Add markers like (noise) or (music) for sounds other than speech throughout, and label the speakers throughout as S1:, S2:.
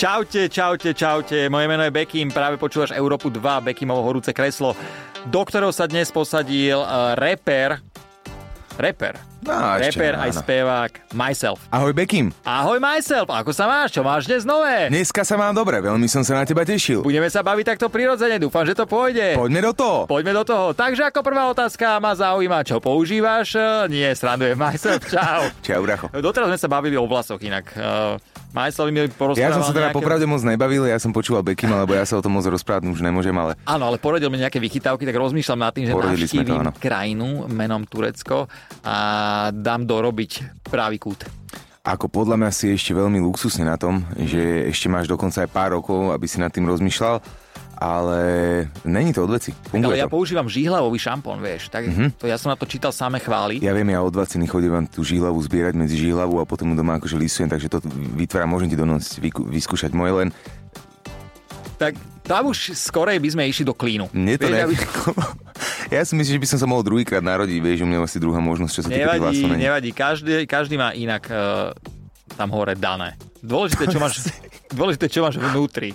S1: Čaute, čaute, čaute. Moje meno je Bekim, práve počúvaš Európu 2, Bekimovo horúce kreslo, do ktorého sa dnes posadil uh, reper, reper,
S2: No, ešte
S1: reper
S2: áno.
S1: aj spevák Myself.
S2: Ahoj Bekim,
S1: Ahoj Myself, ako sa máš? Čo máš dnes nové?
S2: dneska sa mám dobre, veľmi som sa na teba tešil.
S1: Budeme sa baviť takto prirodzene, dúfam, že to pôjde.
S2: Poďme do toho.
S1: Poďme do toho. Takže ako prvá otázka ma zaujíma, čo používaš? Eh, Nie, srandujem, Myself,
S2: (laughs)
S1: čau.
S2: Čau, Bracho.
S1: Doteraz sme sa bavili o vlasoch inak. Uh, Myself mi
S2: Ja
S1: porozprával
S2: som sa teda
S1: nejaké-
S2: popravde moc nebavil, ja som počúval Bekima, lebo ja sa o tom moc rozprávať už nemôžem, ale
S1: Áno, ale poradil mi nejaké vychytávky, tak rozmýšľam nad tým, že
S2: Poradili sme to,
S1: navštívim
S2: áno.
S1: krajinu menom Turecko a dám dorobiť pravý kút.
S2: ako podľa mňa si ešte veľmi luxusne na tom, že ešte máš dokonca aj pár rokov, aby si nad tým rozmýšľal, ale není to od veci.
S1: Ale
S2: Funguje
S1: ja
S2: to. Mhm.
S1: používam žihlavový šampón, vieš. Tak to ja som na to čítal samé chvály.
S2: Ja viem, ja od vaciny chodím vám tú žihlavu zbierať medzi žihlavu a potom ju doma akože lisujem, takže to vytváram, môžem ti donosiť, vyku- vyskúšať moje len.
S1: Tak tam už skorej by sme išli do klínu.
S2: Mne to
S1: Vieš,
S2: ne...
S1: aby-
S2: (laughs) Ja si myslím, že by som sa mohol druhýkrát narodiť, vieš, u mňa asi druhá možnosť, čo sa týka tých
S1: Nevadí,
S2: vlasov. není.
S1: nevadí. Každý, každý má inak eh, tam hore dané. Dôležité, čo
S2: (laughs)
S1: máš, dôležité, čo máš vnútri.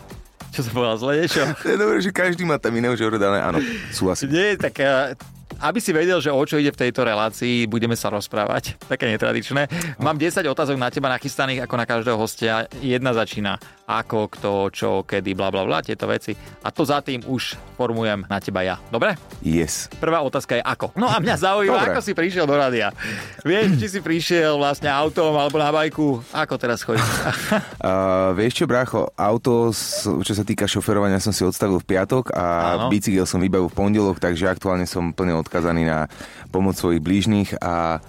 S1: Čo som povedal zle, niečo?
S2: (laughs) To je dobré, že každý má tam iného žordané, áno, súhlasím.
S1: Nie, tak eh, aby si vedel, že o čo ide v tejto relácii, budeme sa rozprávať. Také netradičné. Mám 10 otázok na teba nachystaných, ako na každého hostia. Jedna začína ako, kto, čo, kedy, bla, bla, bla, tieto veci. A to za tým už formujem na teba ja. Dobre?
S2: Yes.
S1: Prvá otázka je ako. No a mňa zaujíma,
S2: Dobre.
S1: ako si prišiel do rádia. Vieš, či si prišiel vlastne autom alebo na bajku. Ako teraz chodíš?
S2: Uh, vieš čo, brácho, auto, s- čo sa týka šoferovania, som si odstavil v piatok a
S1: Áno.
S2: bicykel som vybavil v pondelok, takže aktuálne som plne odkazaný na pomoc svojich blížnych a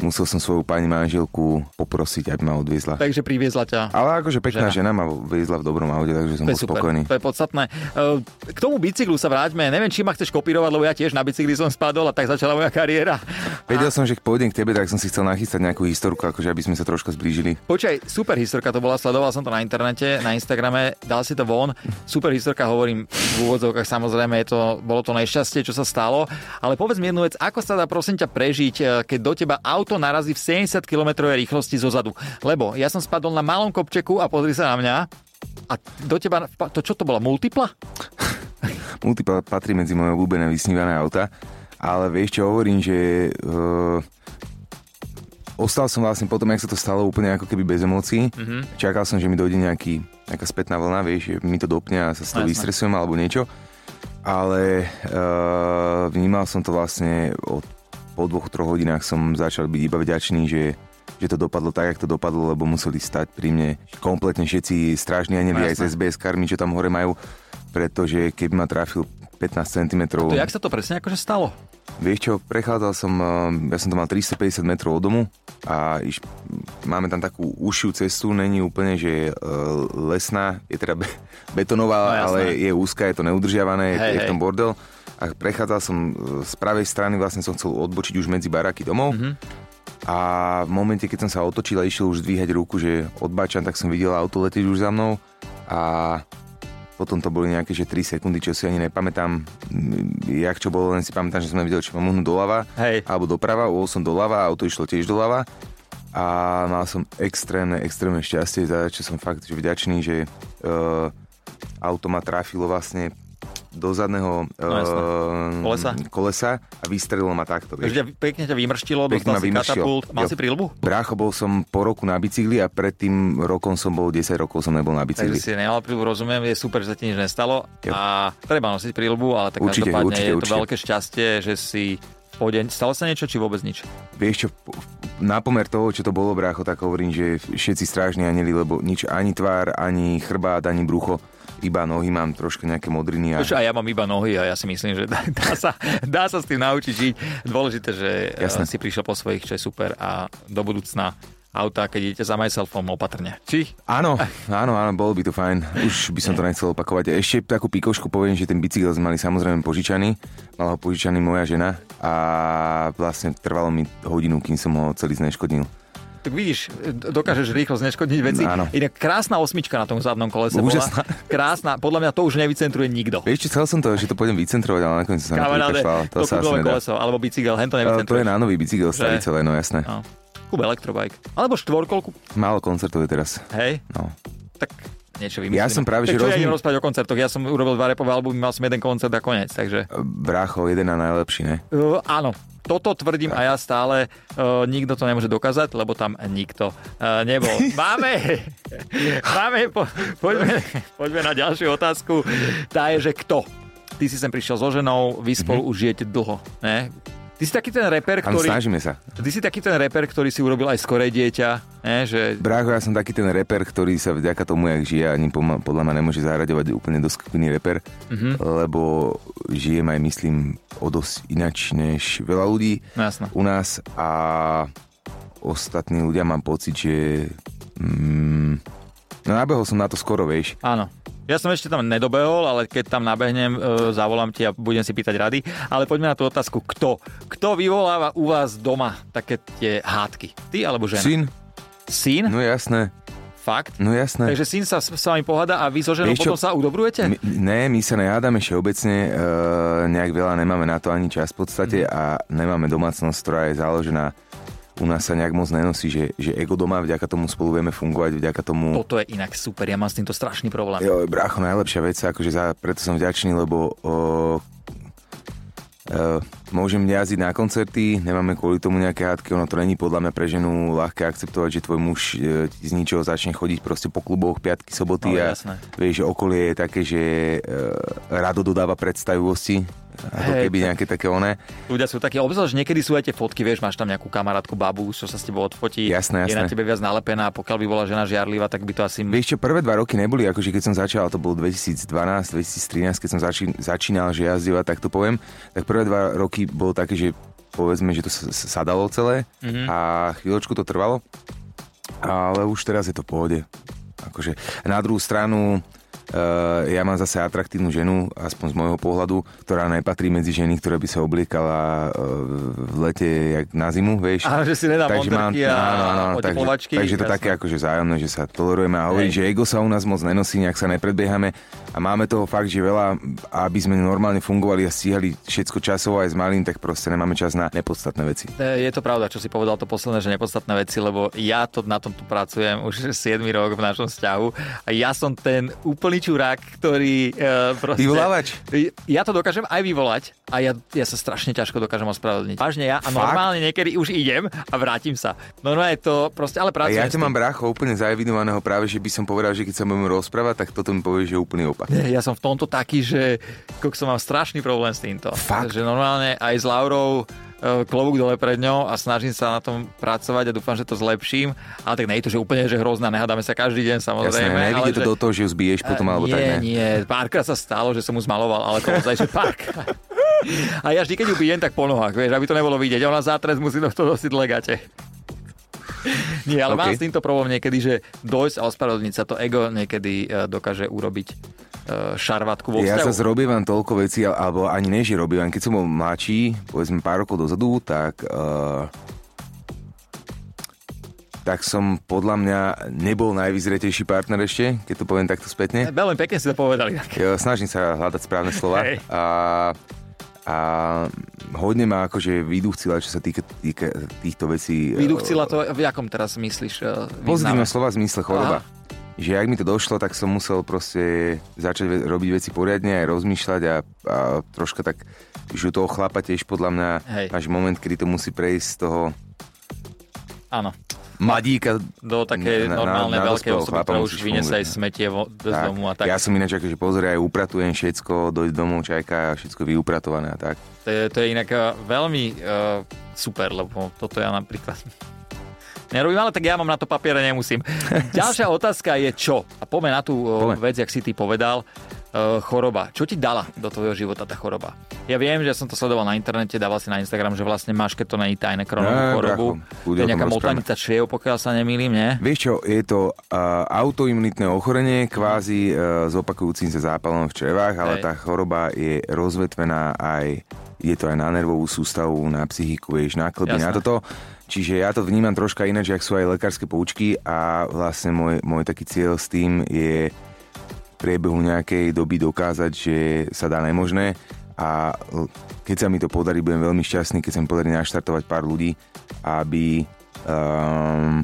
S2: musel som svoju pani manželku poprosiť, aby ma odviezla.
S1: Takže priviezla ťa.
S2: Ale akože pekná
S1: Žena.
S2: žena, ma viezla v dobrom aute, takže som
S1: To je
S2: bol
S1: super,
S2: spokojný.
S1: to je podstatné. Eh, K tomu bicyklu sa vráťme. Neviem, či ma chceš kopírovať, lebo ja tiež na bicykli som spadol a tak začala moja kariéra.
S2: Vedel som, že pôjdem k tebe, tak som si chcel nachystať nejakú historku, akože aby sme sa troška zblížili.
S1: Počkaj, super historka to bola, sledoval som to na internete, na Instagrame, dal si to von. Super historka, hovorím v úvodzovkách, samozrejme, je to, bolo to nešťastie, čo sa stalo. Ale povedz mi jednu vec, ako sa dá prosím ťa prežiť, eh, keď do teba auto narazí v 70 km rýchlosti zozadu? Lebo ja som spadol na malom kopčeku a pozri sa na mňa, a do teba, vpa- to čo to bola, multipla?
S2: Multipla patrí medzi moje obľúbené vysnívané auta, ale vieš čo hovorím, že uh, ostal som vlastne potom, jak sa to stalo, úplne ako keby bez emócií. Mm-hmm.
S1: Mhm.
S2: Čakal som, že mi dojde nejaký, nejaká spätná vlna, vieš, že mi to dopne a sa z toho
S1: Jasné.
S2: vystresujem alebo niečo. Ale uh, vnímal som to vlastne od, po dvoch, troch hodinách som začal byť iba vďačný, že že to dopadlo tak, jak to dopadlo, lebo museli stať pri mne kompletne všetci strážni
S1: No,
S2: anjeli aj
S1: jasné.
S2: s SBS karmi, čo tam hore majú, pretože keby ma trafil 15 cm,
S1: To jak sa to presne akože stalo?
S2: vieš čo, prechádzal som, ehm, ja som to mal 350 metrov od domu a iš, máme tam takú užšiu cestu, není úplne, že je lesná, je teda be,
S1: No,
S2: betonová,
S1: jasné.
S2: ale je úzka, je to neudržiavané,
S1: Hej,
S2: je, je
S1: hej.
S2: v tom bordel. A prechádzal som eh, z pravej strany, vlastne som chcel odbočiť už medzi baraky domov.
S1: Mhm.
S2: Mm-hmm. A v momente, keď som sa otočil a išiel už dvíhať ruku, že odbáčam, tak som videl auto letieť už za mnou a potom to boli nejaké že 3 sekundy, čo si ani nepamätám, mm, jak čo bolo, len si pamätám, že som nevidel, či mám uhnúť doľava
S1: Hej.
S2: alebo doprava, uhol som doľava, auto išlo tiež doľava a mal som extrémne, extrémne šťastie, za čo som fakt že vďačný, že uh, auto ma trafilo vlastne do zadného
S1: jasné.
S2: eh,
S1: Kolesa.
S2: kolesa a vystrelilo ma takto. vieš.
S1: Takže ťa, pekne ťa vymrštilo,
S2: Pekne
S1: dostal
S2: ma
S1: si
S2: vymrštilo.
S1: katapult. Mal
S2: Jo.
S1: si príľbu?
S2: Brácho, bol som po roku na bicykli a pred tým rokom som bol 10 rokov, som nebol na
S1: Takže
S2: bicykli.
S1: si nemal príľbu, rozumiem, je super, že sa ti nič nestalo
S2: Jo.
S1: a treba nosiť príľbu, ale tak
S2: Určite,
S1: každopádne
S2: určite,
S1: je to
S2: určite.
S1: veľké šťastie, že si po deň, stalo sa niečo, či vôbec nič?
S2: Vieš čo, po- na pomer toho, čo to bolo, brácho, tak hovorím, že všetci strážni anjeli, lebo nič, ani tvár, ani chrbát, ani brucho, iba nohy mám troška nejaké modriny. A...
S1: Už a ja mám iba nohy a ja si myslím, že (laughs) dá, dá, sa, dá sa s tým naučiť žiť. Dôležité, že eh,
S2: Jasné.
S1: si prišiel po svojich, čo je super a do budúcna auta, keď idete za myselfom opatrne. Či?
S2: Áno, áno, áno, bolo by to fajn. Už by som to nechcel opakovať. A Ešte takú pikošku poviem, že ten bicykel sme mali samozrejme požičaný. Mala ho požičaný moja žena a vlastne trvalo mi hodinu, kým som ho celý zneškodnil.
S1: Tak vidíš, d- dokážeš rýchlo zneškodniť veci.
S2: Áno.
S1: Inak krásna osmička na tom zadnom kolese
S2: Úžasná.
S1: bola. Krásna, podľa mňa to už nevycentruje nikto.
S2: Vieš, čo chcel som to, že to pôjdem vycentrovať, ale nakoniec som sa na to
S1: Kamaráde,
S2: vykašľal. To
S1: to,
S2: sa asi
S1: kudlové
S2: nedá.
S1: koleso, alebo bicykel, hen to
S2: Ale to je
S1: nevycentruješ.
S2: na nový bicykel, staricové, no jasné.
S1: No. Kúp elektrobike. Alebo štvorkolku,
S2: Málo koncertov je teraz.
S1: hej,
S2: No.
S1: tak niečo vymyslím.
S2: Ja som práve,
S1: tak
S2: že
S1: čo ja idem
S2: rozumiem,
S1: rozprávať o koncertoch? Ja som urobil dva repové albumy, mal som jeden koncert a koniec, takže...
S2: brácho, jeden a najlepší, ne?
S1: Uh, áno, toto tvrdím a ja stále, uh, nikto to nemôže dokázať, lebo tam nikto uh,
S2: (laughs)
S1: nebol. Máme, máme po, poďme, poďme na ďalšiu otázku. Tá je, že kto? Ty si sem prišiel so ženou, vy spolu už žijete dlho, ne? Ty si taký ten reper,
S2: Mhm. Áno,
S1: ktorý...
S2: snažíme sa.
S1: Ty si taký ten reper, ktorý si urobil aj skoré dieťa, ne? že
S2: Brácho, ja som taký ten reper, ktorý sa vďaka tomu, jak žije, ani poma- podľa ma nemôže zaraďovať úplne do skupiny reper,
S1: Mhm.
S2: lebo žijem aj, myslím, o dosť inač než veľa ľudí
S1: No jasno.
S2: u nás a ostatní ľudia mám pocit, že... Mm, no nabehol som na to skoro, vieš.
S1: Áno. Ja som ešte tam nedobehol, ale keď tam nabehnem, e, zavolám ti a budem si pýtať rady. Ale poďme na tú otázku, kto? Kto vyvoláva u vás doma také tie hádky? Ty alebo žena?
S2: Syn?
S1: Syn?
S2: No jasné,
S1: Fakt?
S2: no jasné.
S1: Takže syn sa s s vami pohada a vy so ženou
S2: Vieš čo?
S1: potom sa udobrujete?
S2: My, ne, my sa nehádame všeobecne, e, nejak veľa nemáme na to ani čas v podstate a nemáme domácnosť, ktorá je založená u nás sa nejak moc nenosí, že, že ego doma, vďaka tomu spolu vieme fungovať, vďaka tomu...
S1: Toto je inak super, ja mám s týmto strašný problém.
S2: Jo, brácho, najlepšia vec, akože za, preto som vďačný, lebo o, e, môžem jazdiť na koncerty, nemáme kvôli tomu nejaké hádky, ono to není podľa mňa pre ženu ľahké akceptovať, že tvoj muž e, ti z ničoho začne chodiť proste po kluboch piatky, soboty
S1: No,
S2: a
S1: jasné.
S2: vieš, že okolie je také, že e, rado dodáva predstavivosti, ako
S1: Hej,
S2: keby
S1: tak-
S2: nejaké také oné.
S1: Ľudia sú takí, obzvlášť niekedy sú aj tie fotky, vieš, máš tam nejakú kamarátku, babu, čo sa s tebou odfotí,
S2: Jasné,
S1: je na
S2: jasné.
S1: tebe viac nalepená, pokiaľ by bola žena žiarlivá, tak by to asi...
S2: Vieš čo, prvé dva roky neboli, akože keď som začal, to bolo 2012-2013, keď som začí, začínal, že jazdievať, tak to poviem, tak prvé dva roky bolo také, že povedzme, že to sa- sa- sadalo celé mm-hmm. a chvíľočku to trvalo, ale už teraz je to v pohode. Akože, na druhú stranu, Uh, ja mám zase atraktívnu ženu, aspoň z môjho pohľadu, ktorá nepatrí medzi ženy, ktoré by sa obliekala uh, v lete jak na zimu, vieš.
S1: Áno, že si nedá monterky a
S2: takže,
S1: oteplovačky.
S2: takže to
S1: jasné.
S2: také akože zájomné, že sa tolerujeme a hovorí,
S1: Hej.
S2: že ego sa u nás moc nenosí, nejak sa nepredbiehame a máme toho fakt, že veľa, aby sme normálne fungovali a stíhali všetko časovo aj s malým, tak proste nemáme čas na nepodstatné veci.
S1: E, Je to pravda, čo si povedal to posledné, že nepodstatné veci, lebo ja to na tomto pracujem už (laughs) 7 rok v našom vzťahu a ja som ten úplný čurák, ktorý e, proste...
S2: Vyvolávač?
S1: Ja to dokážem aj vyvolať a ja, ja sa strašne ťažko dokážem ospravedlniť. Vážne ja a
S2: Fakt?
S1: normálne niekedy už idem a vrátim sa. Normálne to proste, ale
S2: A
S1: pracujem
S2: ja
S1: s
S2: ťa
S1: tým.
S2: mám brácho úplne zaevidovaného práve, že by som povedal, že keď sa budeme rozprávať, tak toto mi povie, že je úplný opak.
S1: Nie, Ja som v tomto taký, že kokso mám strašný problém s týmto.
S2: Fakt?
S1: Že normálne aj s Laurou e, klobúk dole pred ňou a snažím sa na tom pracovať a dúfam, že to zlepším. Ale tak nie je to, že úplne že hrozná, nehádame sa každý deň
S2: Jasné,
S1: samozrejme. ale
S2: nevidíte to
S1: že-
S2: do toho, že ju zbiješ potom alebo
S1: nie,
S2: tak, ne?
S1: nie, párkrát sa stalo, že som mu zmaloval, ale to ozaj, že párkrát. A ja vždy, keď ju bijem, tak po nohách, vieš, aby to nebolo vidieť. Ona zátres musí do toho nosiť legate. Nie, ale okay. mám
S2: OK.
S1: s týmto problém niekedy, že dojsť a ospravedlniť sa to ego niekedy e, dokáže urobiť e, šarvatku vo
S2: Ja
S1: vzťahu.
S2: sa zrobievam toľko vecí, al- alebo ani ne, že robievam. Keď som bol mladší, povedzme pár rokov dozadu, tak... Uh, tak som podľa mňa nebol najvyzretejší partner ešte, keď to poviem takto spätne.
S1: E, Veľmi pekne si to povedali.
S2: Ja snažím sa hľadať správne slova.
S1: Hej.
S2: A, a hodne ma akože vyduchcila, čo sa týka, týka týchto vecí. eh,
S1: Vyduchcila to, v jakom teraz myslíš? e, význame?
S2: Pozitívne slova v zmysle choroba.
S1: Aha.
S2: Že ak mi to došlo, tak som musel proste začať ve- robiť veci poriadne, aj rozmýšľať a, a troška tak, že u toho chlapa tiež podľa mňa
S1: Hej.
S2: máš moment, kedy to musí prejsť z toho
S1: Áno.
S2: mladíka.
S1: Do také
S2: Na- na-
S1: normálne
S2: na
S1: veľké
S2: dospelého
S1: osoby,
S2: chlapa
S1: ktorá už
S2: musíš
S1: vyniesie aj
S2: fungovať, ne?
S1: smetie vo, z domu a tak.
S2: Ja som ináč akože pozor, aj upratujem všetko, dojď domov, čajka a všetko vyupratované a tak.
S1: To je, to je inak eh, veľmi uh, super, lebo toto ja napríklad (laughs) nerobím, ale tak ja mám na to papiere,
S2: (laughs)
S1: nemusím. Ďalšia otázka je čo? A poďme na tú eh,
S2: Poďme.
S1: vec, jak si ty povedal, eh, choroba. Čo ti dala do tvojho života tá choroba? Ja viem, že som to sledoval na internete, dával si na Instagram, že vlastne máš, keď to není tajné koronovú
S2: Ne,
S1: chorobu.
S2: bracho,
S1: To je
S2: ľudia o tom
S1: nejaká
S2: rozprávame.
S1: motanica čriev, pokiaľ sa nemýlim, nie?
S2: Vieš čo, je to uh, autoimunitné ochorenie, kvázi uh, s opakujúcim sa zápalom v črevách, ale
S1: Hej.
S2: tá choroba je rozvetvená aj, je to aj na nervovú sústavu, na psychiku, vieš, na klby,
S1: Jasné.
S2: na toto. Čiže ja to vnímam troška ináč, ak sú aj lekárske poučky a vlastne môj, môj taký cieľ s tým je v priebehu nejakej doby dokázať, že sa dá nemožné a l- keď sa mi to podarí, budem veľmi šťastný, keď sa mi podarí naštartovať pár ľudí, aby um,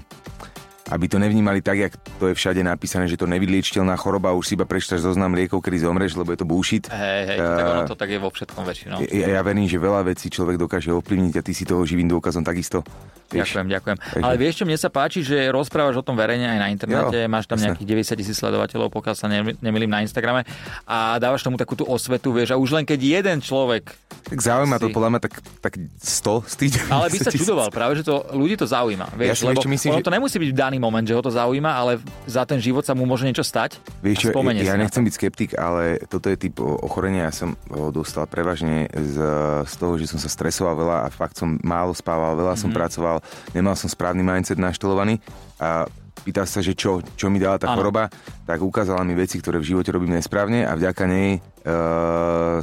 S2: aby to nevnímali tak, jak to je všade napísané, že to nevyliečiteľná choroba, už si iba prečítaš zoznam liekov, kedy zomreš, lebo je to bullshit.
S1: Hej, hej, uh, tak ono to tak je vo všetkom väčšinou.
S2: Ja, ja verím, že veľa vecí človek dokáže ovplyvniť a ty si toho živým dôkazom takisto.
S1: Vieš. Ďakujem, ďakujem. Takže... Ale vieš, čo mne sa páči, že rozprávaš o tom verejne aj na internete, jo, máš tam jasne. nejakých 90 tisíc sledovateľov, pokiaľ sa nemýlim na Instagrame a dávaš tomu takú tú osvetu, vieš, a už len keď jeden človek...
S2: Tak zaujíma si... to podľa mňa tak, tak 100 z tých
S1: Ale by sa čudoval, práve, že to ľudí to zaujíma. Vieš, ja lebo ešte myslím, ono že... to nemusí byť v daný moment, že ho to zaujíma, ale za ten život sa mu môže niečo stať.
S2: Vieš čo, ja, ja nechcem byť skeptik, ale toto je typ ochorenia, ja som ho dostal prevažne z, z toho, že som sa stresoval veľa a fakt som málo spával, veľa
S1: Mhm.
S2: mm-hmm. som pracoval nemal, nemal som správny mindset naštolovaný a pýta sa, že čo, čo mi dala tá ano. choroba, tak ukázala mi veci, ktoré v živote robím nesprávne a vďaka nej e,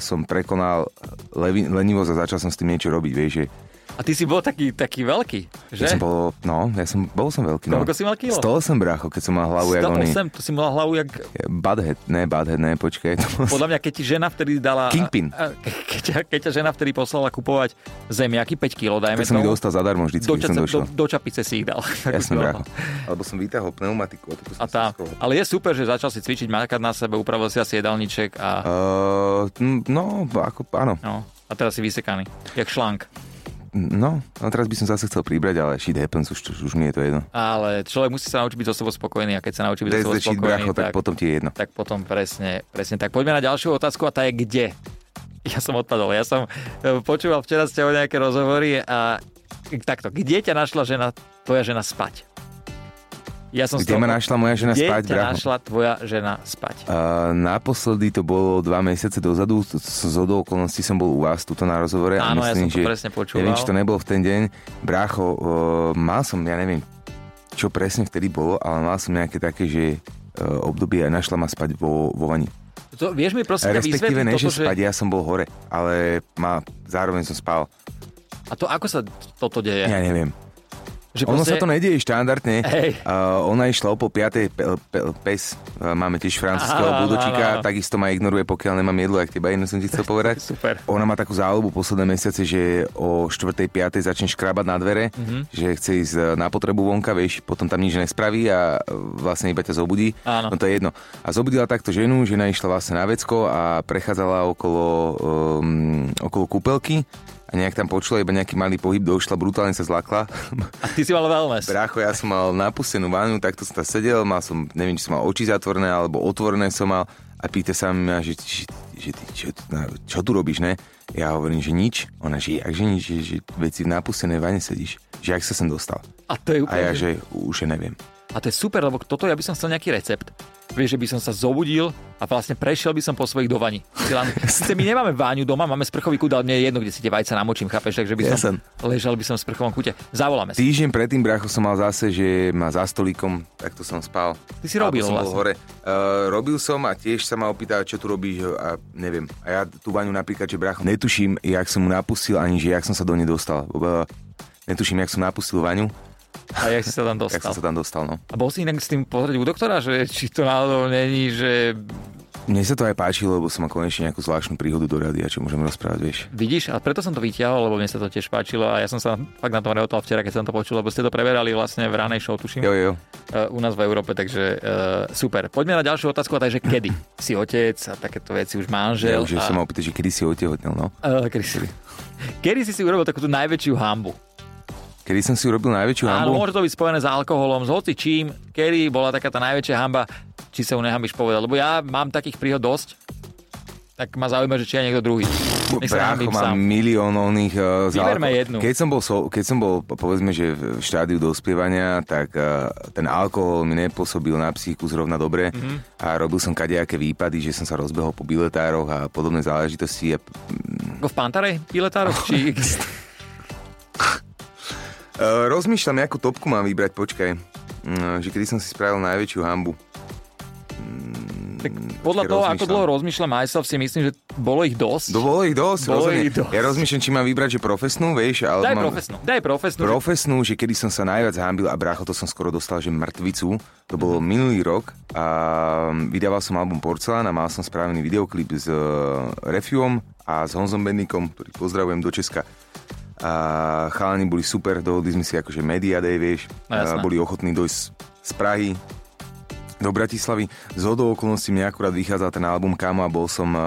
S2: som prekonal levi, lenivosť a začal som s tým niečo robiť, vieš, že
S1: a ty si bol taký, taký veľký, že?
S2: Ja som bol, no, ja som, bol som veľký. No.
S1: Koľko si mal kilo?
S2: 108, brácho, keď som mal hlavu,
S1: 108,
S2: jak oni.
S1: to si mal hlavu, jak...
S2: Badhead, ne, badhead, ne, počkaj. To...
S1: Podľa mňa, keď ti žena vtedy dala...
S2: Kingpin.
S1: (laughs) Keď, ťa, keď ťa žena vtedy poslala kupovať zemiaky, 5 kilo, dajme
S2: tak som tomu. ich dostal zadarmo vždycky, do,
S1: čace,
S2: som došiel.
S1: Do, do čapice si ich dal.
S2: Jasne, brácho. Alebo som vyťahol pneumatiku.
S1: A, a tá, ale je super, že začal si cvičiť, makať na sebe, upravil si asi jedálniček a...
S2: Uh, no, ako, áno.
S1: No. A teraz si vysekaný, jak šlank.
S2: No, a teraz by som zase chcel pribrať, ale shit happens, už, už mi je to jedno.
S1: Ale človek musí sa naučiť byť so sebou spokojný a keď sa naučí byť so sebou spokojný,
S2: bracho, tak, tak, potom ti je jedno.
S1: Tak potom presne, presne. Tak poďme na ďalšiu otázku a tá je kde? (laughs) Ja som odpadol, ja som eh, počúval včera z teba nejaké rozhovory a takto, kde ťa našla žena, tvoja žena spať?
S2: Ja
S1: No,
S2: som Kde toho... ma našla moja žena
S1: Kde
S2: spať,
S1: bracho? našla tvoja žena spať?
S2: Uh, naposledy to bolo dva mesiace dozadu, z do okolností som bol u vás tuto na rozhovore.
S1: Áno,
S2: a
S1: ja som
S2: myslím,
S1: to že, presne počúval.
S2: Neviem, či to nebolo v ten deň. Brácho, uh, mal som, ja neviem, čo presne vtedy bolo, ale mal som nejaké také, že uh, obdobie a našla ma spať vo, vo vani.
S1: To, vieš mi prosím,
S2: Respektíve
S1: ne,
S2: že
S1: toto,
S2: spať, že... ja som bol hore, ale ma, zároveň som spal.
S1: A to ako sa toto deje?
S2: Ja neviem.
S1: Že
S2: ono
S1: proste...
S2: sa to nedieje štandardne.
S1: Hej.
S2: Uh, ona išla o po 5. Pe- pe- pes, uh, máme tiež francúzského budočíka, takisto ma ignoruje, pokiaľ nemám jedlo, ak teba jedno som ti chcel povedať.
S1: (laughs) Super.
S2: Ona má takú záľubu posledné mesiace, že o 4. 5. začne škrabať na dvere,
S1: Mhm.
S2: mm-hmm. že chce ísť na potrebu vonka, vieš, potom tam nič nespraví a vlastne iba ťa zobudí.
S1: Áno.
S2: No to je jedno. A zobudila takto ženu, žena išla vlastne na vecko a prechádzala okolo, um, okolo kúpelky a nejak tam počula iba nejaký malý pohyb, došla, brutálne sa zlakla. (laughs)
S1: A ty si mal wellness.
S2: Brácho, ja som mal napustenú vanu, takto som tam sedel, mal som, neviem, či som mal oči zatvorené, alebo otvorené som mal a pýta sa mňa, že, že, že ty, čo, na, čo tu robíš, ne? Ja hovorím, že nič. Ona, že jakže nič, že, že veci v napustenej vane sedíš. Že ak sa sem dostal.
S1: A to je úplne...
S2: A ja, že už ja neviem.
S1: A to je super, lebo toto ja by som chcel nejaký recept. Vieš, že by som sa zobudil a vlastne prešiel by som po svojich do vani. (laughs) Sice my nemáme váňu doma, máme sprchový kút, ale mne je jedno, kde si tie vajca namočím, chápeš, takže by som, ja som. ležal by som v sprchovom kúte. Zavoláme
S2: si. Týždeň predtým, brácho, som mal zase, že ma za stolíkom, takto som spal.
S1: Ty si robil
S2: som
S1: vlastne.
S2: hore. Uh, robil som a tiež sa ma opýtal, čo tu robíš a neviem. A ja tú vaňu napríklad, že brácho, netuším, jak som mu napustil, ani že jak som sa do nej dostal. Uh, netuším, jak som napustil vaňu.
S1: A jak si sa
S2: (laughs)
S1: tam dostal?
S2: jak som sa tam dostal, no.
S1: A bol si inak s tým pozrieť u doktora, že či to náhodou není, že...
S2: Mne sa to aj páčilo, lebo som mal konečne nejakú zvláštnu príhodu do rady, a čo môžem rozprávať, vieš.
S1: Vidíš, a preto som to vyťahol, lebo mne sa to tiež páčilo a ja som sa fakt na tom rehotal včera, keď som to počul, lebo ste to preverali vlastne v ranej show, tuším.
S2: Jo, jo.
S1: Uh, u nás v Európe, takže uh, super. Poďme na ďalšiu otázku, a takže kedy si otec a takéto veci už manžel.
S2: Ja už
S1: a... (laughs)
S2: som mal opýtať, že kedy si otehotnil, no?
S1: Uh, kedy, si... kedy si si urobil takúto najväčšiu hambu?
S2: Kedy som si urobil najväčšiu hambu?
S1: Áno, môže to byť spojené s alkoholom, s hocičím. Kedy bola taká tá najväčšia hamba, či sa ju nehambíš povedať? Lebo ja mám takých príhod dosť, tak ma zaujíma, že či je niekto druhý.
S2: Nech sa Brácho, mám milión oných uh,
S1: Vyberme jednu.
S2: Keď som, bol, so, keď som bol, povedzme, že v štádiu dospievania, tak uh, ten alkohol mi nepôsobil na psychiku zrovna dobre
S1: Mhm.
S2: mm-hmm. a robil som kadejaké výpady, že som sa rozbehol po biletároch a podobné záležitosti. A... eh,
S1: Ako v Pantarej biletároch? či...
S2: (laughs) Uh, rozmýšľam, akú topku mám vybrať, počkaj. Uh, že kedy som si spravil najväčšiu hambu.
S1: Mm, tak podľa toho, rozmýšľam. ako dlho rozmýšľam myself, si myslím, že bolo ich dosť.
S2: Do, bolo ich dosť,
S1: bolo
S2: rozumiem.
S1: ich dosť.
S2: Ja rozmýšľam, či mám vybrať, že profesnú, vieš. Ale
S1: daj
S2: mám...
S1: profesnú, daj profesnú.
S2: Profesnú, že... že kedy som sa najviac hambil a brácho, to som skoro dostal, že mŕtvicu. To bolo minulý rok a mm, vydával som album Porcelán a mal som spravený videoklip s Refium a s Honzom Bennikom, ktorý pozdravujem do Česka a chalani boli super, dohodli sme si akože media day, vieš, no, jasné. boli ochotní dojsť z Prahy do Bratislavy. Z hodou okolností mne akurát vychádzal ten album Kámo a bol som e,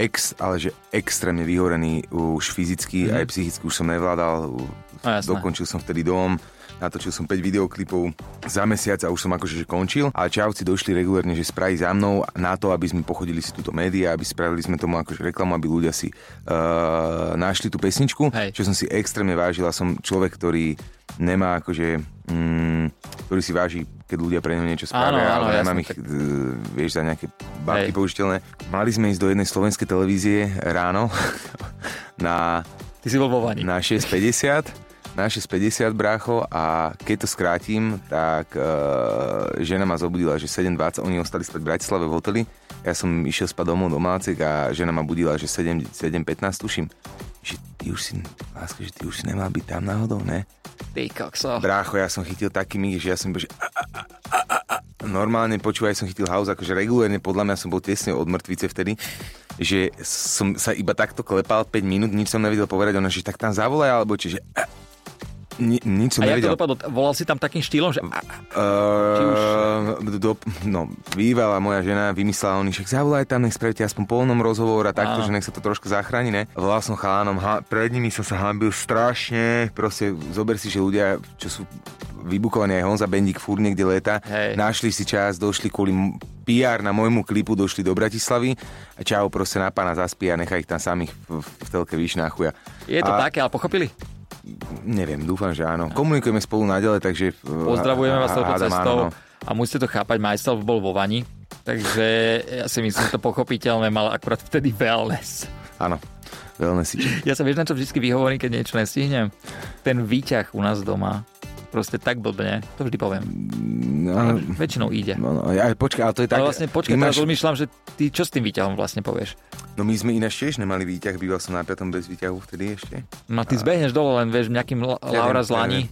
S2: ex, ale že extrémne vyhorený už fyzicky mm. aj psychicky už som nevládal.
S1: Mhm. No, jasné.
S2: Dokončil som vtedy dom, natočil som 5 videoklipov za mesiac a už som akože že končil. A čavci došli regulérne, že spraví za mnou na to, aby sme pochodili si túto médiá, aby spravili sme tomu akože reklamu, aby ľudia si uh, našli tú pesničku,
S1: Hej.
S2: čo som si extrémne vážil a som človek, ktorý nemá akože, mm, ktorý si váži, keď ľudia pre ňo niečo
S1: Áno,
S2: spravia,
S1: áno,
S2: ale nemám
S1: jasné,
S2: ich,
S1: tak-
S2: e, vieš, za nejaké babky
S1: Hej.
S2: použiteľné. Mali sme ísť do jednej slovenskej televízie ráno (laughs) na
S1: Ty si bol vo vani.
S2: na 6,50 na 6,50 brácho a keď to skrátim, tak e, žena ma zobudila, že 7.20, oni ostali spať v Bratislave v hoteli, ja som išiel spať domov do Maláciek a žena ma budila, že 7, 7.15 tuším, že ty už si, láska, že ty už si nemal byť tam náhodou, ne?
S1: Ty kokso.
S2: Brácho, ja som chytil taký mig, že ja som bol, že a, a, a, a, a. normálne počúvaj, som chytil house, akože regulérne, podľa mňa som bol tesne od mŕtvice vtedy, že som sa iba takto klepal 5 minút, nič som nevedel povedať, ona, že tak tam zavolaj, alebo čiže a, ni, nič som
S1: A jak to
S2: nevedel.
S1: dopadlo? Volal si tam takým štýlom, že... Či už-
S2: Uh, do, no, bývalá moja žena vymyslela, oni však zavolaj tam, nech spravíte aspoň polnom rozhovor a takto,
S1: Áno.
S2: že nech sa to trošku zachráni, ne? Volal som chalánom, ha, pred nimi som sa hambil strašne, proste zober si, že ľudia, čo sú vybukovaní aj Honza Bendík fúr niekde leta,
S1: Hej.
S2: našli si čas, došli kvôli m- PR na môjmu klipu, došli do Bratislavy a čau proste na pána zaspí a nechaj ich tam samých v, v telke vyšná chuja.
S1: Je to
S2: a,
S1: také, ale pochopili?
S2: Neviem, dúfam, že áno. Komunikujeme spolu naďalej, takže... eh,
S1: Pozdravujeme vás
S2: a-
S1: touto
S2: hádam, áno,
S1: cestou
S2: no.
S1: a musíte to chápať, majstel bol vo vani, takže ja si myslím, že to pochopiteľné mal akurát vtedy wellness.
S2: Áno, veľmi si.
S1: Ja sa vieš na čo vždy vyhovorím, keď niečo nestihnem? Ten výťah u nás doma, proste tak blbne, to vždy poviem.
S2: No,
S1: Väčšinou ide.
S2: no, no, aj, počkaj, ale to je tak...
S1: Ale vlastne počkaj, teraz
S2: ináč-
S1: rozmýšľam, že ty čo s tým výťahom vlastne povieš?
S2: No my sme ináč tiež nemali výťah, býval som na piatom bez výťahu vtedy ešte.
S1: No ty zbehneš dole len, vieš, nejakým la-
S2: Ja
S1: Laura
S2: viem,
S1: z Lani.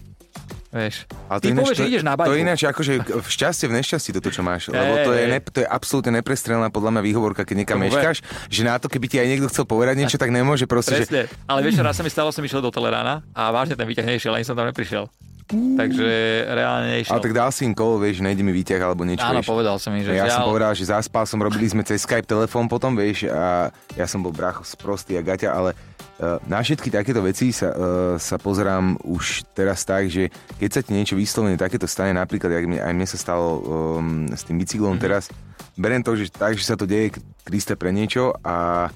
S1: Vieš.
S2: Ale
S1: Ty povieš, že ideš na baňku.
S2: To je ináč akože v šťastie, v nešťastí toto, čo máš. Lebo to je,
S1: Hej.
S2: ne, to je absolútne neprestrelná podľa mňa výhovorka, keď niekam
S1: Tomu ver.
S2: meškáš, že na to, keby ti aj niekto chcel povedať niečo, tak nemôže proste, že
S1: Presne. Ale vieš, čo, raz sa mi stalo, som išiel do Telerána a vážne ten výťah nešiel, ani som tam neprišiel. Takže reálne nešiel.
S2: Ale tak dal si im kolo, vieš, nejde mi výťah alebo niečo.
S1: Áno,
S2: vieš.
S1: povedal som im, že
S2: ja som
S1: žiaľ.
S2: povedal, že zaspal som, robili sme cez Skype telefón potom, vieš, a ja som bol brácho sprostý a gaťa, ale eh, na všetky takéto veci sa, eh, sa pozerám už teraz tak, že keď sa ti niečo vyslovene takéto stane, napríklad jak mne, aj mne sa stalo um, s tým bicyklom
S1: Mhm.
S2: teraz, berem to že, tak, že sa to deje 300 pre niečo a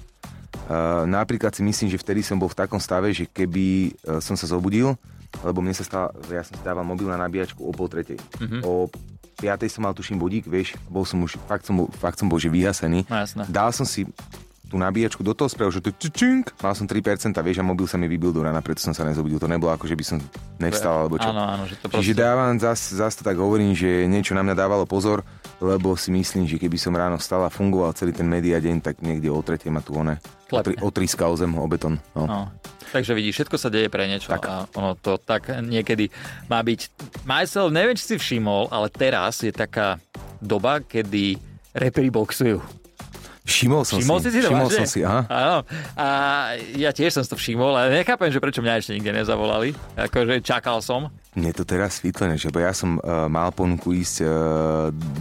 S2: Uh, napríklad si myslím, že vtedy som bol v takom stave, že keby uh, som sa zobudil, lebo mne sa stala, ja som si dával mobil na nabíjačku o pol tretej.
S1: Mhm.
S2: O piatej som mal tuším bodík, vieš, bol som už, fakt som, bol- fakt som bol, že vyhasený.
S1: No jasné.
S2: Dal som si tú nabíjačku do toho spravil, že to čink, mal som 3%, vieš, a mobil sa mi vybil do rána, preto som sa nezobudil. To nebolo ako, že by som nevstal, alebo čo.
S1: Áno, áno, že to proste...
S2: Čiže dávam, zase zas to tak hovorím, že niečo na mňa dávalo pozor, lebo si myslím, že keby som ráno vstal a fungoval celý ten media deň, tak niekde o tretej ma tu one
S1: Klepne.
S2: otri- otriska o zem, o betón. No.
S1: No. Takže vidíš, všetko sa deje pre niečo tak. a ono to tak niekedy má byť. Myself, neviem, či si všimol, ale teraz je taká doba, kedy reperi boxujú.
S2: Všimol som
S1: Všimol si si
S2: si,
S1: to
S2: všimol
S1: vážne?
S2: som si, aha.
S1: Áno. A ja tiež som si to všimol, ale nechápem, že prečo mňa ešte nikde nezavolali. Akože čakal som.
S2: Mne to teraz svitlené, že lebo ja som uh, mal ponuku ísť uh,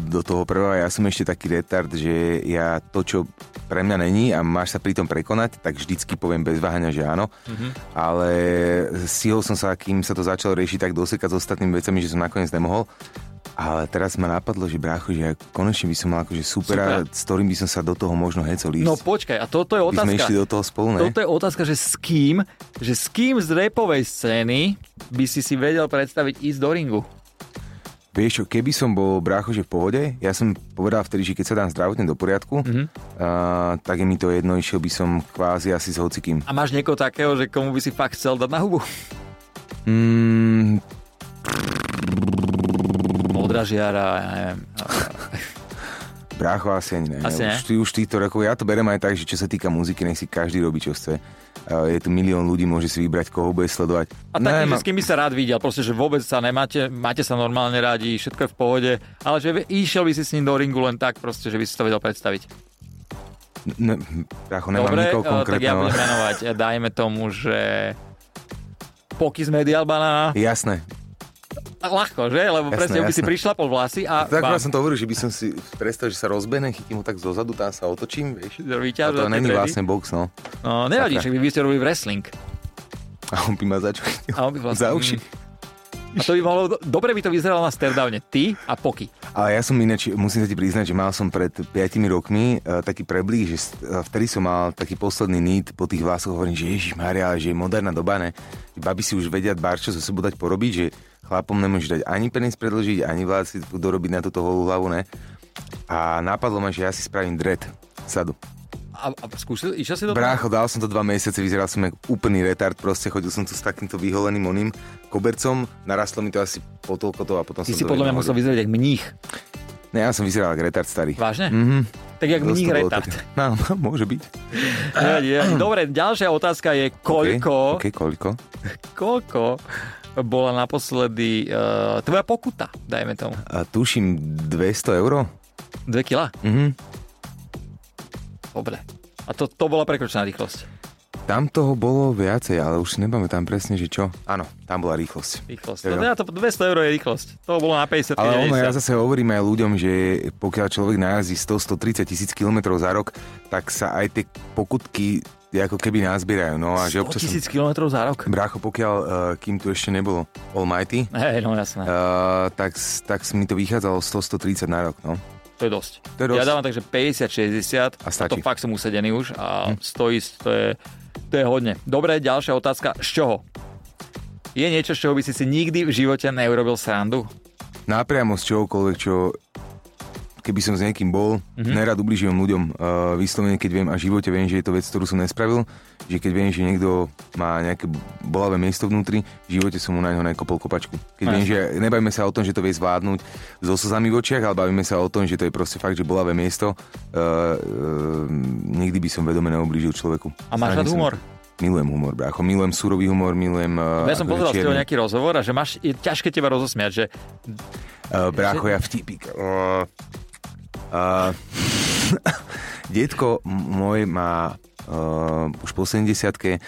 S2: do toho prvého, ja som ešte taký retard, že ja to, čo pre mňa není a máš sa pri tom prekonať, tak vždycky poviem bez váhania, že áno.
S1: Mhm.
S2: Mm-hmm. Ale stihol som sa, kým sa to začalo riešiť, tak dosekať s ostatnými vecami, že som nakoniec nemohol. Ale teraz ma napadlo, že brácho, že ja konečne by som mal akože supera,
S1: Supera.
S2: s ktorým by som sa do toho možno hecol ísť.
S1: No počkaj, a toto je
S2: by sme
S1: otázka.
S2: išli do toho spolu, ne?
S1: Toto je otázka, že s kým, že s kým z repovej scény by si si vedel predstaviť ísť do ringu?
S2: Vieš čo, keby som bol brácho, že v pohode, ja som povedal vtedy, že keď sa dám zdravotne do
S1: Mhm.
S2: poriadku, mm-hmm. uh, tak je mi to jedno, išiel by som kvázi asi s hocikým.
S1: A máš niekoho takého, že komu by si fakt chcel dať na hubu?
S2: Mm,
S1: Modrá žiara, ja neviem.
S2: brácho asi ani ne.
S1: Asi ne.
S2: Už, ty, už týchto rokov, ja to berem aj tak, že čo sa týka muziky, nech si každý robí, čo chce. Uh, je tu milión ľudí, môže si vybrať, koho bude sledovať.
S1: A taký,
S2: Nemám-
S1: že s kým by sa rád videl, proste, že vôbec sa nemáte, máte sa normálne rádi, všetko je v pohode, ale že by- išiel by si s ním do ringu len tak, proste, že by si to vedel predstaviť.
S2: ne, brácho, nemám
S1: Dobre, e,
S2: nikoho
S1: tak ja
S2: konkrétneho.
S1: budem menovať, e, dajme tomu, že Poky z Medial Banana,
S2: Jasné.
S1: ľahko, že? Lebo
S2: Jasné,
S1: presne by si
S2: jasné.
S1: prišlapol vlasy a
S2: Tak vlastne-
S1: bam,
S2: som to hovoril, že by som si predstavil, že sa rozbehnem, chytím ho tak zozadu, tam sa otočím, vieš. A
S1: vyťahol
S2: to
S1: do tej
S2: není
S1: tredy.
S2: vlastne box, no.
S1: No, nevadí,
S2: Sakra.
S1: však vy by ste robili wrestling.
S2: A on by ma začal chytil
S1: A on by vlastne...
S2: (laughs) za uši.
S1: Mm. A to by mohlo, dobre by to vyzeralo na stairdowne. Ty a Poky.
S2: Ale ja som ináč, musím sa ti priznať, že mal som pred 5 rokmi uh, taký preblík, že st- eh, vtedy som mal taký posledný nít po tých vlasoch, hovorím, že Ježiš Maria, že je moderná doba, ne? Že baby si už vedia barčo so sebou dať porobiť, že chlapom nemôžeš dať ani penis predlžiť, ani vlasy dorobiť na túto holú hlavu, ne? A napadlo ma, že ja si spravím dread sadu.
S1: A, a skúšal, išiel si do toho?
S2: Brácho, dal som to dva mesiace, vyzeral som jak úplný retard, proste chodil som tu s takýmto vyholeným oným kobercom, narastlo mi to asi po toľko toho a
S1: Ty
S2: potom
S1: si
S2: som to
S1: podľa mňa
S2: vyhodil.
S1: musel vyzerať jak mních.
S2: Ne, ja som vyzeral ako retard starý.
S1: Vážne?
S2: Mhm.
S1: Tak jak
S2: Zas to
S1: mních
S2: bolo
S1: retard.
S2: také- (laughs) No, no, môže byť.
S1: (laughs) Nevadí, nevadí. Dobre, ďalšia otázka je, koľko,
S2: Okay, okay, koľko?
S1: koľko bola naposledy uh, tvoja pokuta, dajme tomu.
S2: A tuším 200 eur.
S1: 2 kg?
S2: Mhm.
S1: Dobre. A to, to bola prekročená rýchlosť.
S2: Tam toho bolo viacej, ale už si nepamätám presne, že čo. Áno, tam bola rýchlosť.
S1: Rýchlosť.
S2: Jo,
S1: To,
S2: jo.
S1: teda to 200 eur je rýchlosť. To bolo na 50
S2: Ale ono, ja
S1: 90.
S2: zase hovorím aj ľuďom, že pokiaľ človek najazdí 100-130 tisíc km za rok, tak sa aj tie pokutky ako keby nazbierajú. No a že
S1: 100
S2: občas som...
S1: tisíc kilometrov za rok.
S2: Brácho, pokiaľ, uh, kým tu ešte nebolo Almighty,
S1: Hej, no jasné.
S2: uh, tak, s- tak s- mi to vychádzalo 100-130 na rok, no.
S1: To je dosť.
S2: To je dosť.
S1: Ja dávam takže 50, 60.
S2: A stačí.
S1: To fakt som usedený už a hm. 100 ísť, to je, to je hodne. Dobre, ďalšia otázka. Z čoho? Je niečo, z čoho by si si nikdy v živote neurobil srandu?
S2: Napriamo z čohokoľvek, čo keby som s niekým bol,
S1: Mhm.
S2: mm-hmm. nerad ubližujem ľuďom. Uh, vyslovene, keď viem a v živote viem, že je to vec, ktorú som nespravil, že keď viem, že niekto má nejaké bolavé miesto vnútri, v živote som mu na neho nekopol kopačku. Keď viem, že nebajme sa o tom, že to vie zvládnuť so slzami v očiach, ale bavíme sa o tom, že to je proste fakt, že bolavé miesto. Uh, uh, nikdy by som vedome neublížil človeku.
S1: A máš rád
S2: Strašne som-
S1: humor?
S2: Milujem humor, brácho. Milujem súrový humor, milujem... Uh,
S1: ja som pozeral
S2: ako je
S1: s tebou
S2: čierny.
S1: nejaký rozhovor a že máš, je ťažké teba rozosmiať, že
S2: Uh, brácho, ja vtipík. Uh, uh, (laughs) detko m- môj má uh, už po 70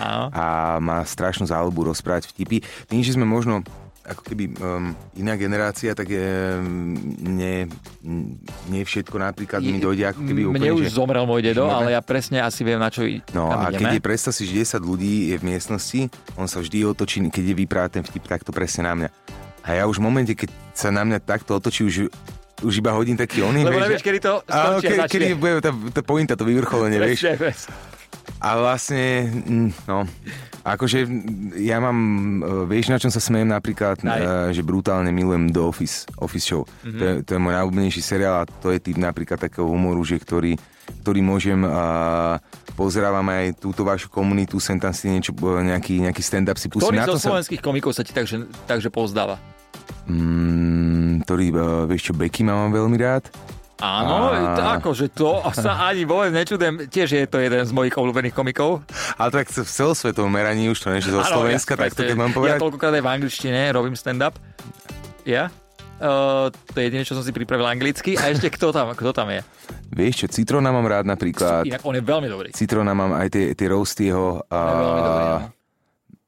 S1: Áno.
S2: a má strašnú záľubu rozprávať vtipy. Tým, že sme možno ako keby um, iná generácia, tak um, nie, nie všetko napríklad mi dojde ako keby úplne,
S1: mne už
S2: že...
S1: zomrel môj dedo,
S2: že-
S1: ale ja presne asi viem, na čo i-
S2: No
S1: tam
S2: a
S1: ideme.
S2: keď je, predstav si, že 10 ľudí je v miestnosti, on sa vždy otočí, keď je vyprá ten vtip takto presne na mňa. A ja už v momente, keď sa na mňa takto otočí, už, už iba hodím taký oný,
S1: Lebo
S2: vieš,
S1: nevieš,
S2: že-
S1: kedy to
S2: Áno,
S1: skončí a
S2: ke-
S1: začne.
S2: kedy bude tá, tá pointa, to vyvrcholenie, vieš.
S1: Presne, presne.
S2: A vlastne, mm, no, akože mm, ja mám, e, vieš na čom sa smejem napríklad,
S1: Aj.
S2: e, že brutálne milujem The Office, Office Show. Mm-hmm. To, je, to je môj najobľúbenejší seriál a to je typ napríklad takého humoru, že ktorý, ktorý môžem a pozrávam aj túto vašu komunitu, sem tam si niečo, e, nejaký, nejaký stand-up si pustím.
S1: Ktorý
S2: na
S1: zo
S2: tom sa,
S1: slovenských komikov sa ti takže, takže pozdáva?
S2: mm, ktorý, e, vieš čo, Becky mám veľmi rád.
S1: Áno,
S2: A-
S1: to akože to sa ani vôbec nečudujem. Tiež je to jeden z mojich obľúbených komikov.
S2: Ale tak v celosvetovom meraní už to nie, že zo
S1: Áno,
S2: Slovenska, tak to
S1: presne.
S2: keď mám
S1: Ja
S2: povedať.
S1: toľkokrát aj v angličtine robím stand-up. Ja? Uh, to je jediné, čo som si pripravil anglicky. A ešte kto tam, kto tam je?
S2: Vieš čo, Citrona mám rád napríklad.
S1: Inak on je veľmi dobrý.
S2: Citrona mám aj tie, tie roasty jeho. A,
S1: On je veľmi dobrý. áno.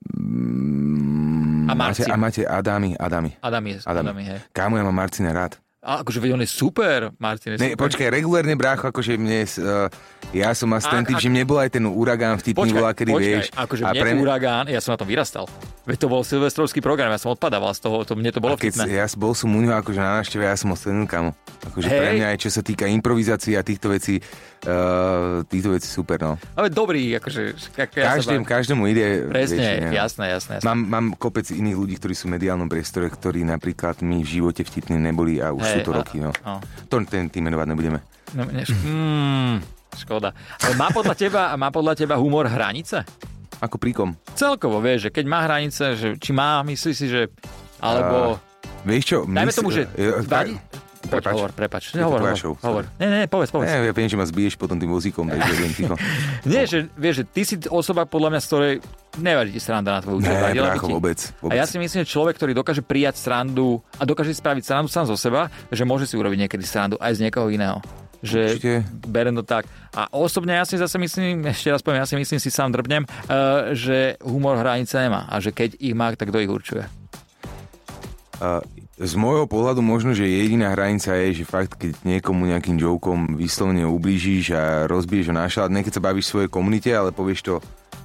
S2: mm,
S1: A
S2: máte,
S1: Marcin.
S2: a máte Adami, Adami.
S1: Adam je, Adam.
S2: Adam.
S1: Adam je. hej.
S2: Kámo, ja mám Marcina rád.
S1: A akože veď on je super, Martin je
S2: Ne,
S1: super.
S2: počkaj, regulérne brácho, akože mne... Uh, ja som asi
S1: Ak-
S2: ten typ,
S1: ak-
S2: že mne bol aj ten uragán vtipný, volá, kedy
S1: počkaj,
S2: vieš.
S1: akože mne pre... uragán, ja som na tom vyrastal. Veď to bol silvestrovský program, ja som odpadával z toho, to, mne to bolo
S2: keď
S1: vtipné.
S2: ja bol som u neho akože na návšteve, ja som ho sledil kamo. Akože pre
S1: Hej.
S2: mňa aj čo sa týka improvizácií a týchto vecí, uh, týchto vecí super, no.
S1: Ale dobrý, akože... ak- Ja sa bavím.
S2: Každém, každému ide...
S1: Presne,
S2: vieš, ne, no.
S1: jasné, jasné. jasné.
S2: Mám, mám kopec iných ľudí, ktorí sú v mediálnom priestore, ktorí napríklad my v živote vtipní neboli a už hey, sú
S1: Hej,
S2: to
S1: a-
S2: roky. No.
S1: No.
S2: To ten tým menovať nebudeme.
S1: No, ne, šk- mm, škoda. Ale má podľa, teba, má podľa teba humor hranice?
S2: Ako príkom.
S1: Celkovo vieš, že keď má hranice, že či má, myslí si, že... Alebo...
S2: Vieš čo?
S1: dajme
S2: mysl-
S1: tomu, že...
S2: Ja-
S1: vadí- Poď,
S2: e, Prepač.
S1: hovor, prepač.
S2: to
S1: Hovor,
S2: tvoja
S1: hovor,
S2: show,
S1: hovor. Nie, nie, povedz, povedz.
S2: Ne, ja viem, že ma zbiješ potom tým vozíkom, takže budem ticho.
S1: (laughs) Nie, že vieš, že ty si osoba, podľa mňa, z ktorej nevadí ti sranda na tvoju
S2: Ne,
S1: účasť. vadila by
S2: brácho,
S1: ti?
S2: vôbec.
S1: A
S2: vôbec.
S1: ja si myslím, že človek, ktorý dokáže prijať srandu a dokáže si spraviť srandu sám zo seba, že môže si urobiť niekedy srandu aj z niekoho iného. Že
S2: Určite.
S1: berem to tak. A osobne ja si zase myslím, ešte raz poviem, ja si myslím, si sám drbnem, eh, že humor hranice nemá a že keď ich má, tak kto ich určuje.
S2: Uh, z môjho pohľadu možno, že jediná hranica je, že fakt, keď niekomu nejakým jokom vyslovene ublížiš a rozbiješ ho na šalát, nie keď sa bavíš v svojej komunite, ale povieš to,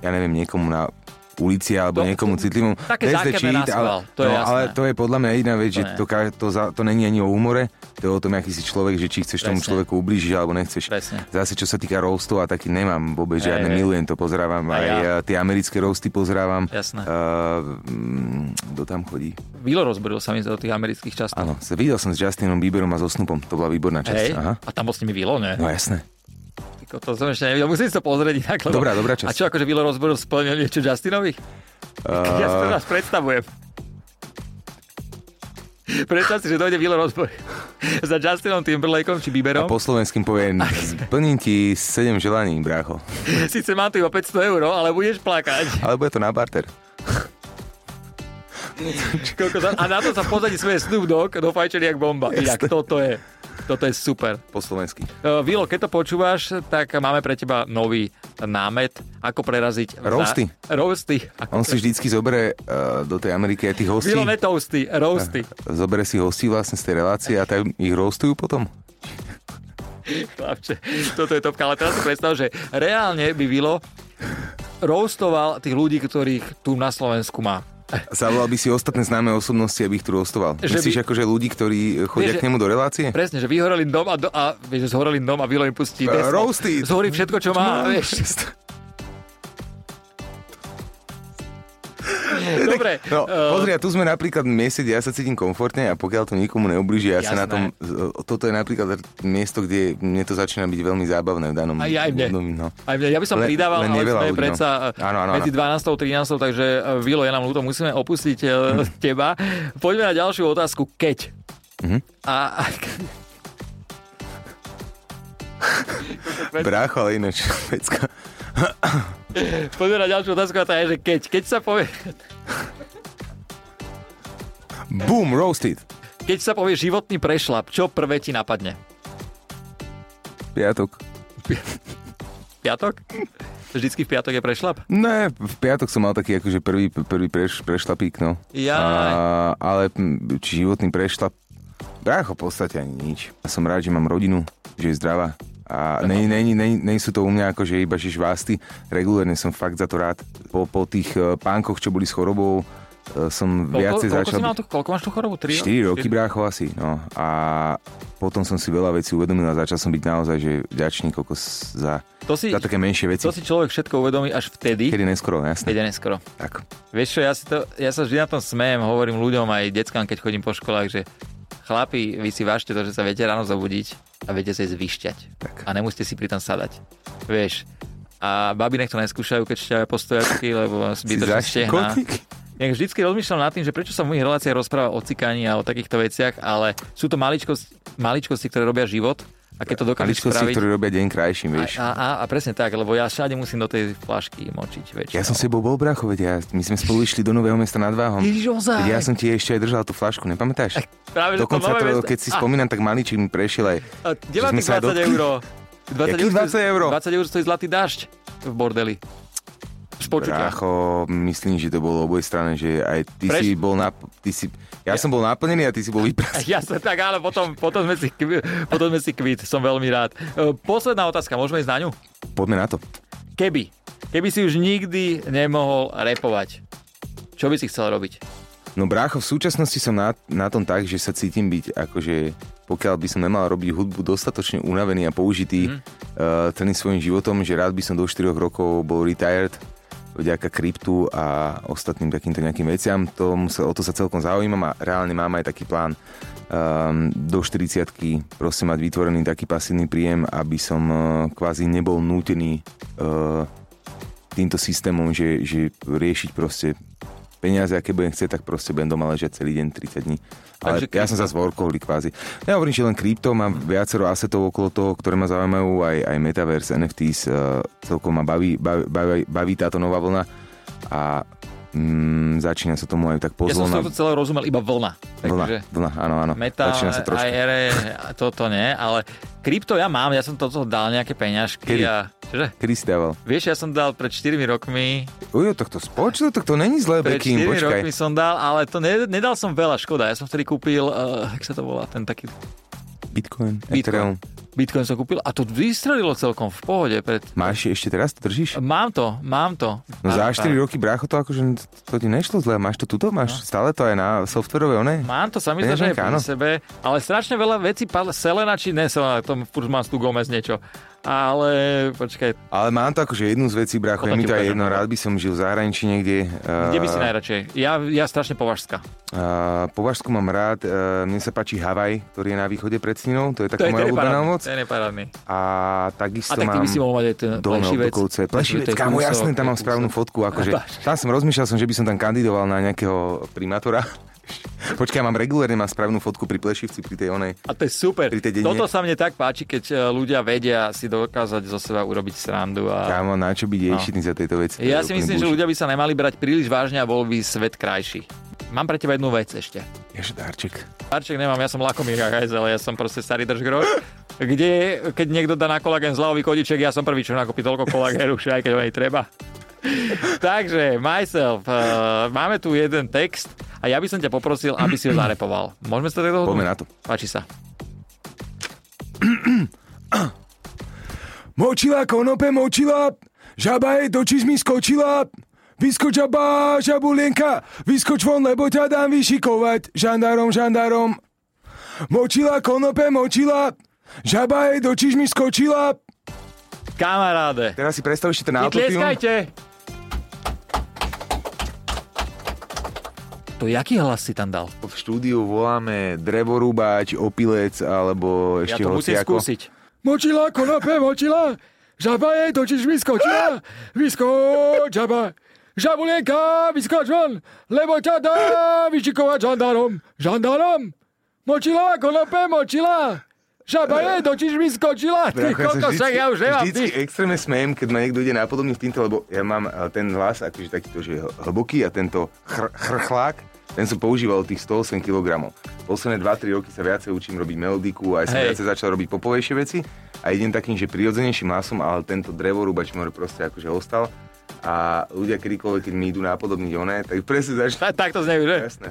S2: ja neviem, niekomu na ulici
S1: To-
S2: alebo to, niekomu
S1: to-
S2: citlivom.
S1: také
S2: That's the
S1: zákerne nasval, to je
S2: no,
S1: jasné.
S2: ale to je podľa mňa jediná vec,
S1: To
S2: že
S1: je.
S2: to, ka- to, za, to není ani o humore, to je o tom, aký si človek, že či chceš tomu
S1: Presne.
S2: človeku ublížiť alebo nechceš.
S1: Presne.
S2: Zase, čo sa týka roastov, a taký nemám vôbec
S1: Hej,
S2: žiadne,
S1: hej.
S2: milujem to, pozrávam.
S1: A
S2: Aj,
S1: ja.
S2: eh, tie americké roasty pozrávam.
S1: Jasné.
S2: Uh, mm, kto tam chodí?
S1: Vilo rozboril sa mi do tých amerických častov.
S2: Áno, sa- videl som s Justinom Bieberom a so Snupom, to bola výborná časť.
S1: Hej,
S2: Aha.
S1: a tam bol s nimi Vilo, ne?
S2: No jasné.
S1: Tyko, To som ešte nevidel, musím si to pozrieť inak. Lebo...
S2: Dobrá, dobrá časť.
S1: A čo, akože Vilo rozboril splnil niečo Justinovi? Uh... (laughs) Ja si to teraz predstavujem. (laughs) Predstav si, že dojde Vilo rozbor (laughs) za Justinom Timberlakeom či
S2: A
S1: Bieberom.
S2: po slovenským poviem, splním ti 7 želaní, brácho.
S1: Sice mám tu iba 500 eur, ale budeš
S2: (laughs)
S1: plakať.
S2: Ale bude to na barter.
S1: Koľko za... A na to sa pozadí svoje Snoop Dogg do fajčeli jak bomba. Inak toto je, toto je super.
S2: Po slovensky.
S1: Uh, Vilo, keď to počúvaš, tak máme pre teba nový námet, ako preraziť... vza-
S2: Roasty.
S1: Roasty. Ako...
S2: On si vždycky zoberie uh, do tej Ameriky aj tých hostí.
S1: Vilo, ne toasty, roasty.
S2: Zoberie si hostí vlastne z tej relácie a tam ich roastujú potom.
S1: Chlapče, toto je topka. Ale teraz si predstav, že reálne by Vilo roastoval tých ľudí, ktorých tu na Slovensku má.
S2: Zavolal by si ostatné známe osobnosti, aby ich tu roastoval.
S1: Že
S2: Myslíš
S1: by-
S2: by... akože ľudí, ktorí chodia
S1: Vieš,
S2: k nemu do relácie?
S1: Presne, že vyhoreli dom a, do, a vieš, že zhoreli dom a Vilo im pustí
S2: Eh,
S1: desmo.
S2: roasty.
S1: Zhorí všetko, čo
S2: (laughs)
S1: má, vieš. Dobre.
S2: No,
S1: (laughs) eh,
S2: pozri, a tu sme napríklad mieste, kde ja sa cítim komfortne a pokiaľ to nikomu neublíži, ja sa na tom... eh,
S1: Jasné.
S2: Toto je napríklad miesto, kde mne to začína byť veľmi zábavné v danom...
S1: A ja aj mne.
S2: období, no.
S1: Aj mne, ja by som
S2: Len-
S1: pridával,
S2: len
S1: ale
S2: je veľa
S1: sme
S2: ľudí, no.
S1: predsa e,
S2: Áno, áno,
S1: medzi 12. a 13. Takže eh, Vilo, je nám ľúto, musíme opustiť eh,
S2: Mhm.
S1: teba. Poďme na ďalšiu otázku. Keď?
S2: Mhm.
S1: A, (laughs) a
S2: Brácho, ale ináč, (laughs) pecka.
S1: poďme na ďalšiu otázku a tá je, že keď? Keď sa povie,
S2: Boom, roasted.
S1: keď sa povie životný prešlap, čo prvé ti napadne?
S2: Piatok.
S1: Piatok? Vždycky v piatok je prešlap?
S2: Ne, v piatok som mal taký akože prvý, prvý preš, prešlapík, no.
S1: Jaj.
S2: A, ale hm, či životný prešlap, brácho, v podstate ani nič. Ja som rád, že mám rodinu, že je zdravá. A nej, nej, nej, nej sú to u mňa akože iba že žvásty. Regulérne som fakt za to rád. Po, po tých eh, pánkoch, čo boli s chorobou, eh, som
S1: Koľko,
S2: viacej
S1: koľko,
S2: začal...
S1: si mal teda, tu, koľko máš tú chorobu? 3
S2: 4 roky, brácho, asi. No. A potom som si veľa vecí uvedomil a začal som byť naozaj že vďačný kokos za,
S1: To si,
S2: za také menšie veci.
S1: to si človek všetko uvedomí až vtedy,
S2: Kedy neskoro, no jasné.
S1: keď je neskoro.
S2: Tak.
S1: Vieš čo, ja, si to, ja sa vždy na tom smejem, hovorím ľuďom aj deckám, keď chodím po školách, že chlapi, vy si vážte to, že sa viete ráno zobudiť a viete sa ísť vyšťať.
S2: Tak.
S1: A nemusíte si pritom sadať. Vieš, a babi nech to neskúšajú, keď šťajú postojačky, lebo zbytočne stehná. Ja vždycky rozmýšľam nad tým, že prečo sa v mojich reláciách rozpráva o cikaní a o takýchto veciach, ale sú to maličkosti, maličkosti ktoré robia život a keď to dokážeš
S2: Maličkosti,
S1: spraviť...
S2: ktoré robia deň krajším,
S1: a,
S2: vieš.
S1: a, a, a, presne tak, lebo ja všade musím do tej flašky močiť. Väčšinou.
S2: Ja som s tebou bol, bracho, veď ja, my sme spolu išli do Nového mesta nad Váhom.
S1: Ježiš, ozaj.
S2: Veď ja som ti ešte aj držal tú flašku, nepamätáš?
S1: Práve, že to
S2: Dokonca
S1: nové
S2: to,
S1: mesto-
S2: keď si
S1: A-
S2: spomínam, tak maličík mi prešiel aj...
S1: A kde má
S2: Že sme
S1: tých
S2: sa aj
S1: 20
S2: dotkli.
S1: eur? 20
S2: Jakých 20 eur?
S1: 20 eur stojí zlatý dážď v bordeli. Z počutia.
S2: Brácho, myslím, že to bolo oboj strane, že aj ty
S1: Preš-
S2: si bol na... Ty si, ja, som bol naplnený a ty si bol vyprazdnený.
S1: (laughs) Ja sa tak, ale potom, potom, sme si, kvi- potom sme si kvít, som veľmi rád. E, Posledná otázka, môžeme ísť na ňu?
S2: Poďme na to.
S1: Keby, keby si už nikdy nemohol repovať, čo by si chcel robiť?
S2: No brácho, v súčasnosti som na, na tom tak, že sa cítim byť akože pokiaľ by som nemal robiť hudbu dostatočne unavený a použitý mm. uh, celým svojim životom, že rád by som do 4 rokov bol retired vďaka kryptu a ostatným takýmto nejakým veciam. Tomu sa, o to sa celkom zaujímam a reálne mám aj taký plán um, do 40 proste mať vytvorený taký pasívny príjem, aby som uh, kvázi nebol nútený uh, týmto systémom, že, že riešiť proste peniaze, aké budem chcieť, tak proste budem doma ležať celý deň 30 dní. Ale
S1: Takže
S2: ja som
S1: krypto.
S2: zase workoholik kvázi. Ja hovorím, že len krypto, mám viacero asetov okolo toho, ktoré ma zaujímajú, aj, aj metaverse, NFTs, uh, celkom ma baví, baví, baví, baví táto nová vlna a mm, začína sa tomu aj tak
S1: Ja som
S2: pozvolna.
S1: si to celé rozumel iba vlna.
S2: vlna,
S1: Takže...
S2: vlna, áno, áno.
S1: Meta,
S2: začína sa trošku.
S1: aj RE, toto nie, ale krypto ja mám, ja som toto dal nejaké peňažky
S2: Kedy?
S1: a Čože?
S2: Kedy si dával?
S1: Vieš, ja som dal pred 4 rokmi,
S2: Ujo, tak to spočilo, tak to není zlé,
S1: pred
S2: Bekim,
S1: 4
S2: počkaj.
S1: rokmi som dal, ale to ne, nedal som veľa, škoda. Ja som vtedy kúpil, uh, jak sa to volá, ten taký
S2: Bitcoin, Bitcoin, Ethereum.
S1: Bitcoin. Bitcoin som kúpil a to vystrelilo celkom v pohode. Pred...
S2: Máš ešte teraz, to držíš?
S1: Mám to, mám to.
S2: No za
S1: Mám to.
S2: 4 roky, brácho, to akože to ti nešlo zle. Máš to tuto?
S1: No.
S2: Máš stále to aj na softverové, one?
S1: Mám to, sa mi zdá, že je
S2: Peňaženka,
S1: pri
S2: áno.
S1: sebe, ale strašne veľa vecí padla, Selena či ne Selena, to furt mám tu Gomez niečo. Ale počkaj,
S2: Ale mám to akože jednu z vecí, brácho,
S1: Potom
S2: je mi
S1: ti
S2: to aj
S1: ukážem.
S2: jedno, rád by som žil v zahraničí niekde.
S1: kde by si najradšej? Ja, ja strašne považská.
S2: Uh, Považsku mám rád, uh, mne sa páči Havaj, ktorý je na východe pred Sninou, to je taká moja obľúbená moc.
S1: Ten je parádny.
S2: A
S1: A
S2: takisto
S1: tak ty
S2: mám
S1: by si mohol mať aj ten
S2: Dolné
S1: plešivec.
S2: Otokovce. Plešivec,
S1: To je
S2: kámo,
S1: kúsok,
S2: jasné, tam
S1: to je
S2: mám správnu
S1: kúsok.
S2: fotku, akože
S1: Máš.
S2: tam som rozmýšľal som, že by som tam kandidoval na nejakého primátora. (laughs) Počkaj, ja mám regulérne, mám správnu fotku pri Plešivci, pri tej onej.
S1: A to je super.
S2: Pri tej dedine.
S1: Toto sa mne tak páči, keď e, ľudia vedia si dokázať zo seba urobiť srandu. A... No.
S2: Kámo, na čo byť ješitný za tejto veci? To
S1: Ja
S2: je
S1: si
S2: úplný
S1: myslím, že
S2: bullshit.
S1: ľudia by sa nemali brať príliš vážne a bol by svet krajší. Mám pre teba jednu vec ešte.
S2: Ježiš, darček.
S1: Parček nemám, ja som lakomý gajz, ale ja som proste starý držgrok. Kde, keď niekto dá na kolagén zľavový kodiček, ja som prvý, čo nakopí toľko kolagénu, že aj keď ho aj treba. (laughs) Takže, myself, uh, máme tu jeden text a ja by som ťa poprosil, aby si ho zarepoval. Môžeme sa tak
S2: Poďme
S1: dohodnúť?
S2: na to.
S1: Páči sa.
S2: Močila konope močila, žaba jej do čizmy skočila. Vyskoč žaba, žabulienka, vyskoč von, lebo ťa dám vyšikovať. Žandarom, žandarom. Močila konope močila, žaba jej do čizmy skočila.
S1: Kamaráde,
S2: Teraz si predstav ešte ten autotune.
S1: tlieskajte! To jaký hlas si tam dal?
S2: V štúdiu voláme drevorúbač, opilec alebo
S1: Ja
S2: ešte
S1: to musím
S2: hociako.
S1: skúsiť.
S3: Močila, konope, močila, žaba jej totiž vyskočila, vyskoč, žaba. Žabulienka, vyskoč von, lebo ťa dá vyšikovať žandárom, žandárom. Močila, konope, močila, žaba jej totiž vyskočila.
S1: Ty
S2: Ako ja sa
S1: kokos, však ja už nemám
S2: vždycky
S1: dých.
S2: extrémne smejem, keď ma niekto ide nápodobne s týmto, lebo ja mám eh, ten hlas akože takýto, že hl- hlboký a tento chr- chrchlák, ten som používal tých 108 kg. Posledné 2-3 roky sa viacej učím robiť melodiku a aj som
S1: Hej.
S2: viacej začal robiť popovejšie veci a idem takým, že prirodzenejším hlasom, ale tento drevorúbač mi proste akože ostal a ľudia kedykoľvek, keď mi idú nápodobniť oné, tak presne začne.
S1: Tak, tak to znejú, že?
S2: Jasné.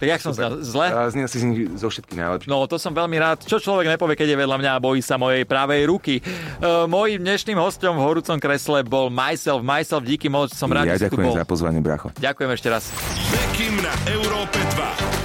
S1: Tak jak som znal? Zle?
S2: A znie asi z nich zo všetkých najlepších.
S1: No, to som veľmi rád. Čo človek nepovie, keď je vedľa mňa a bojí sa mojej pravej ruky. E, mojím dnešným hostom v horúcom kresle bol Myself. Myself, díky moc, som rád,
S2: ja
S1: že si tu bol.
S2: ďakujem za pozvanie, bracho.
S1: Ďakujem ešte raz.
S4: Bekim na Európe 2.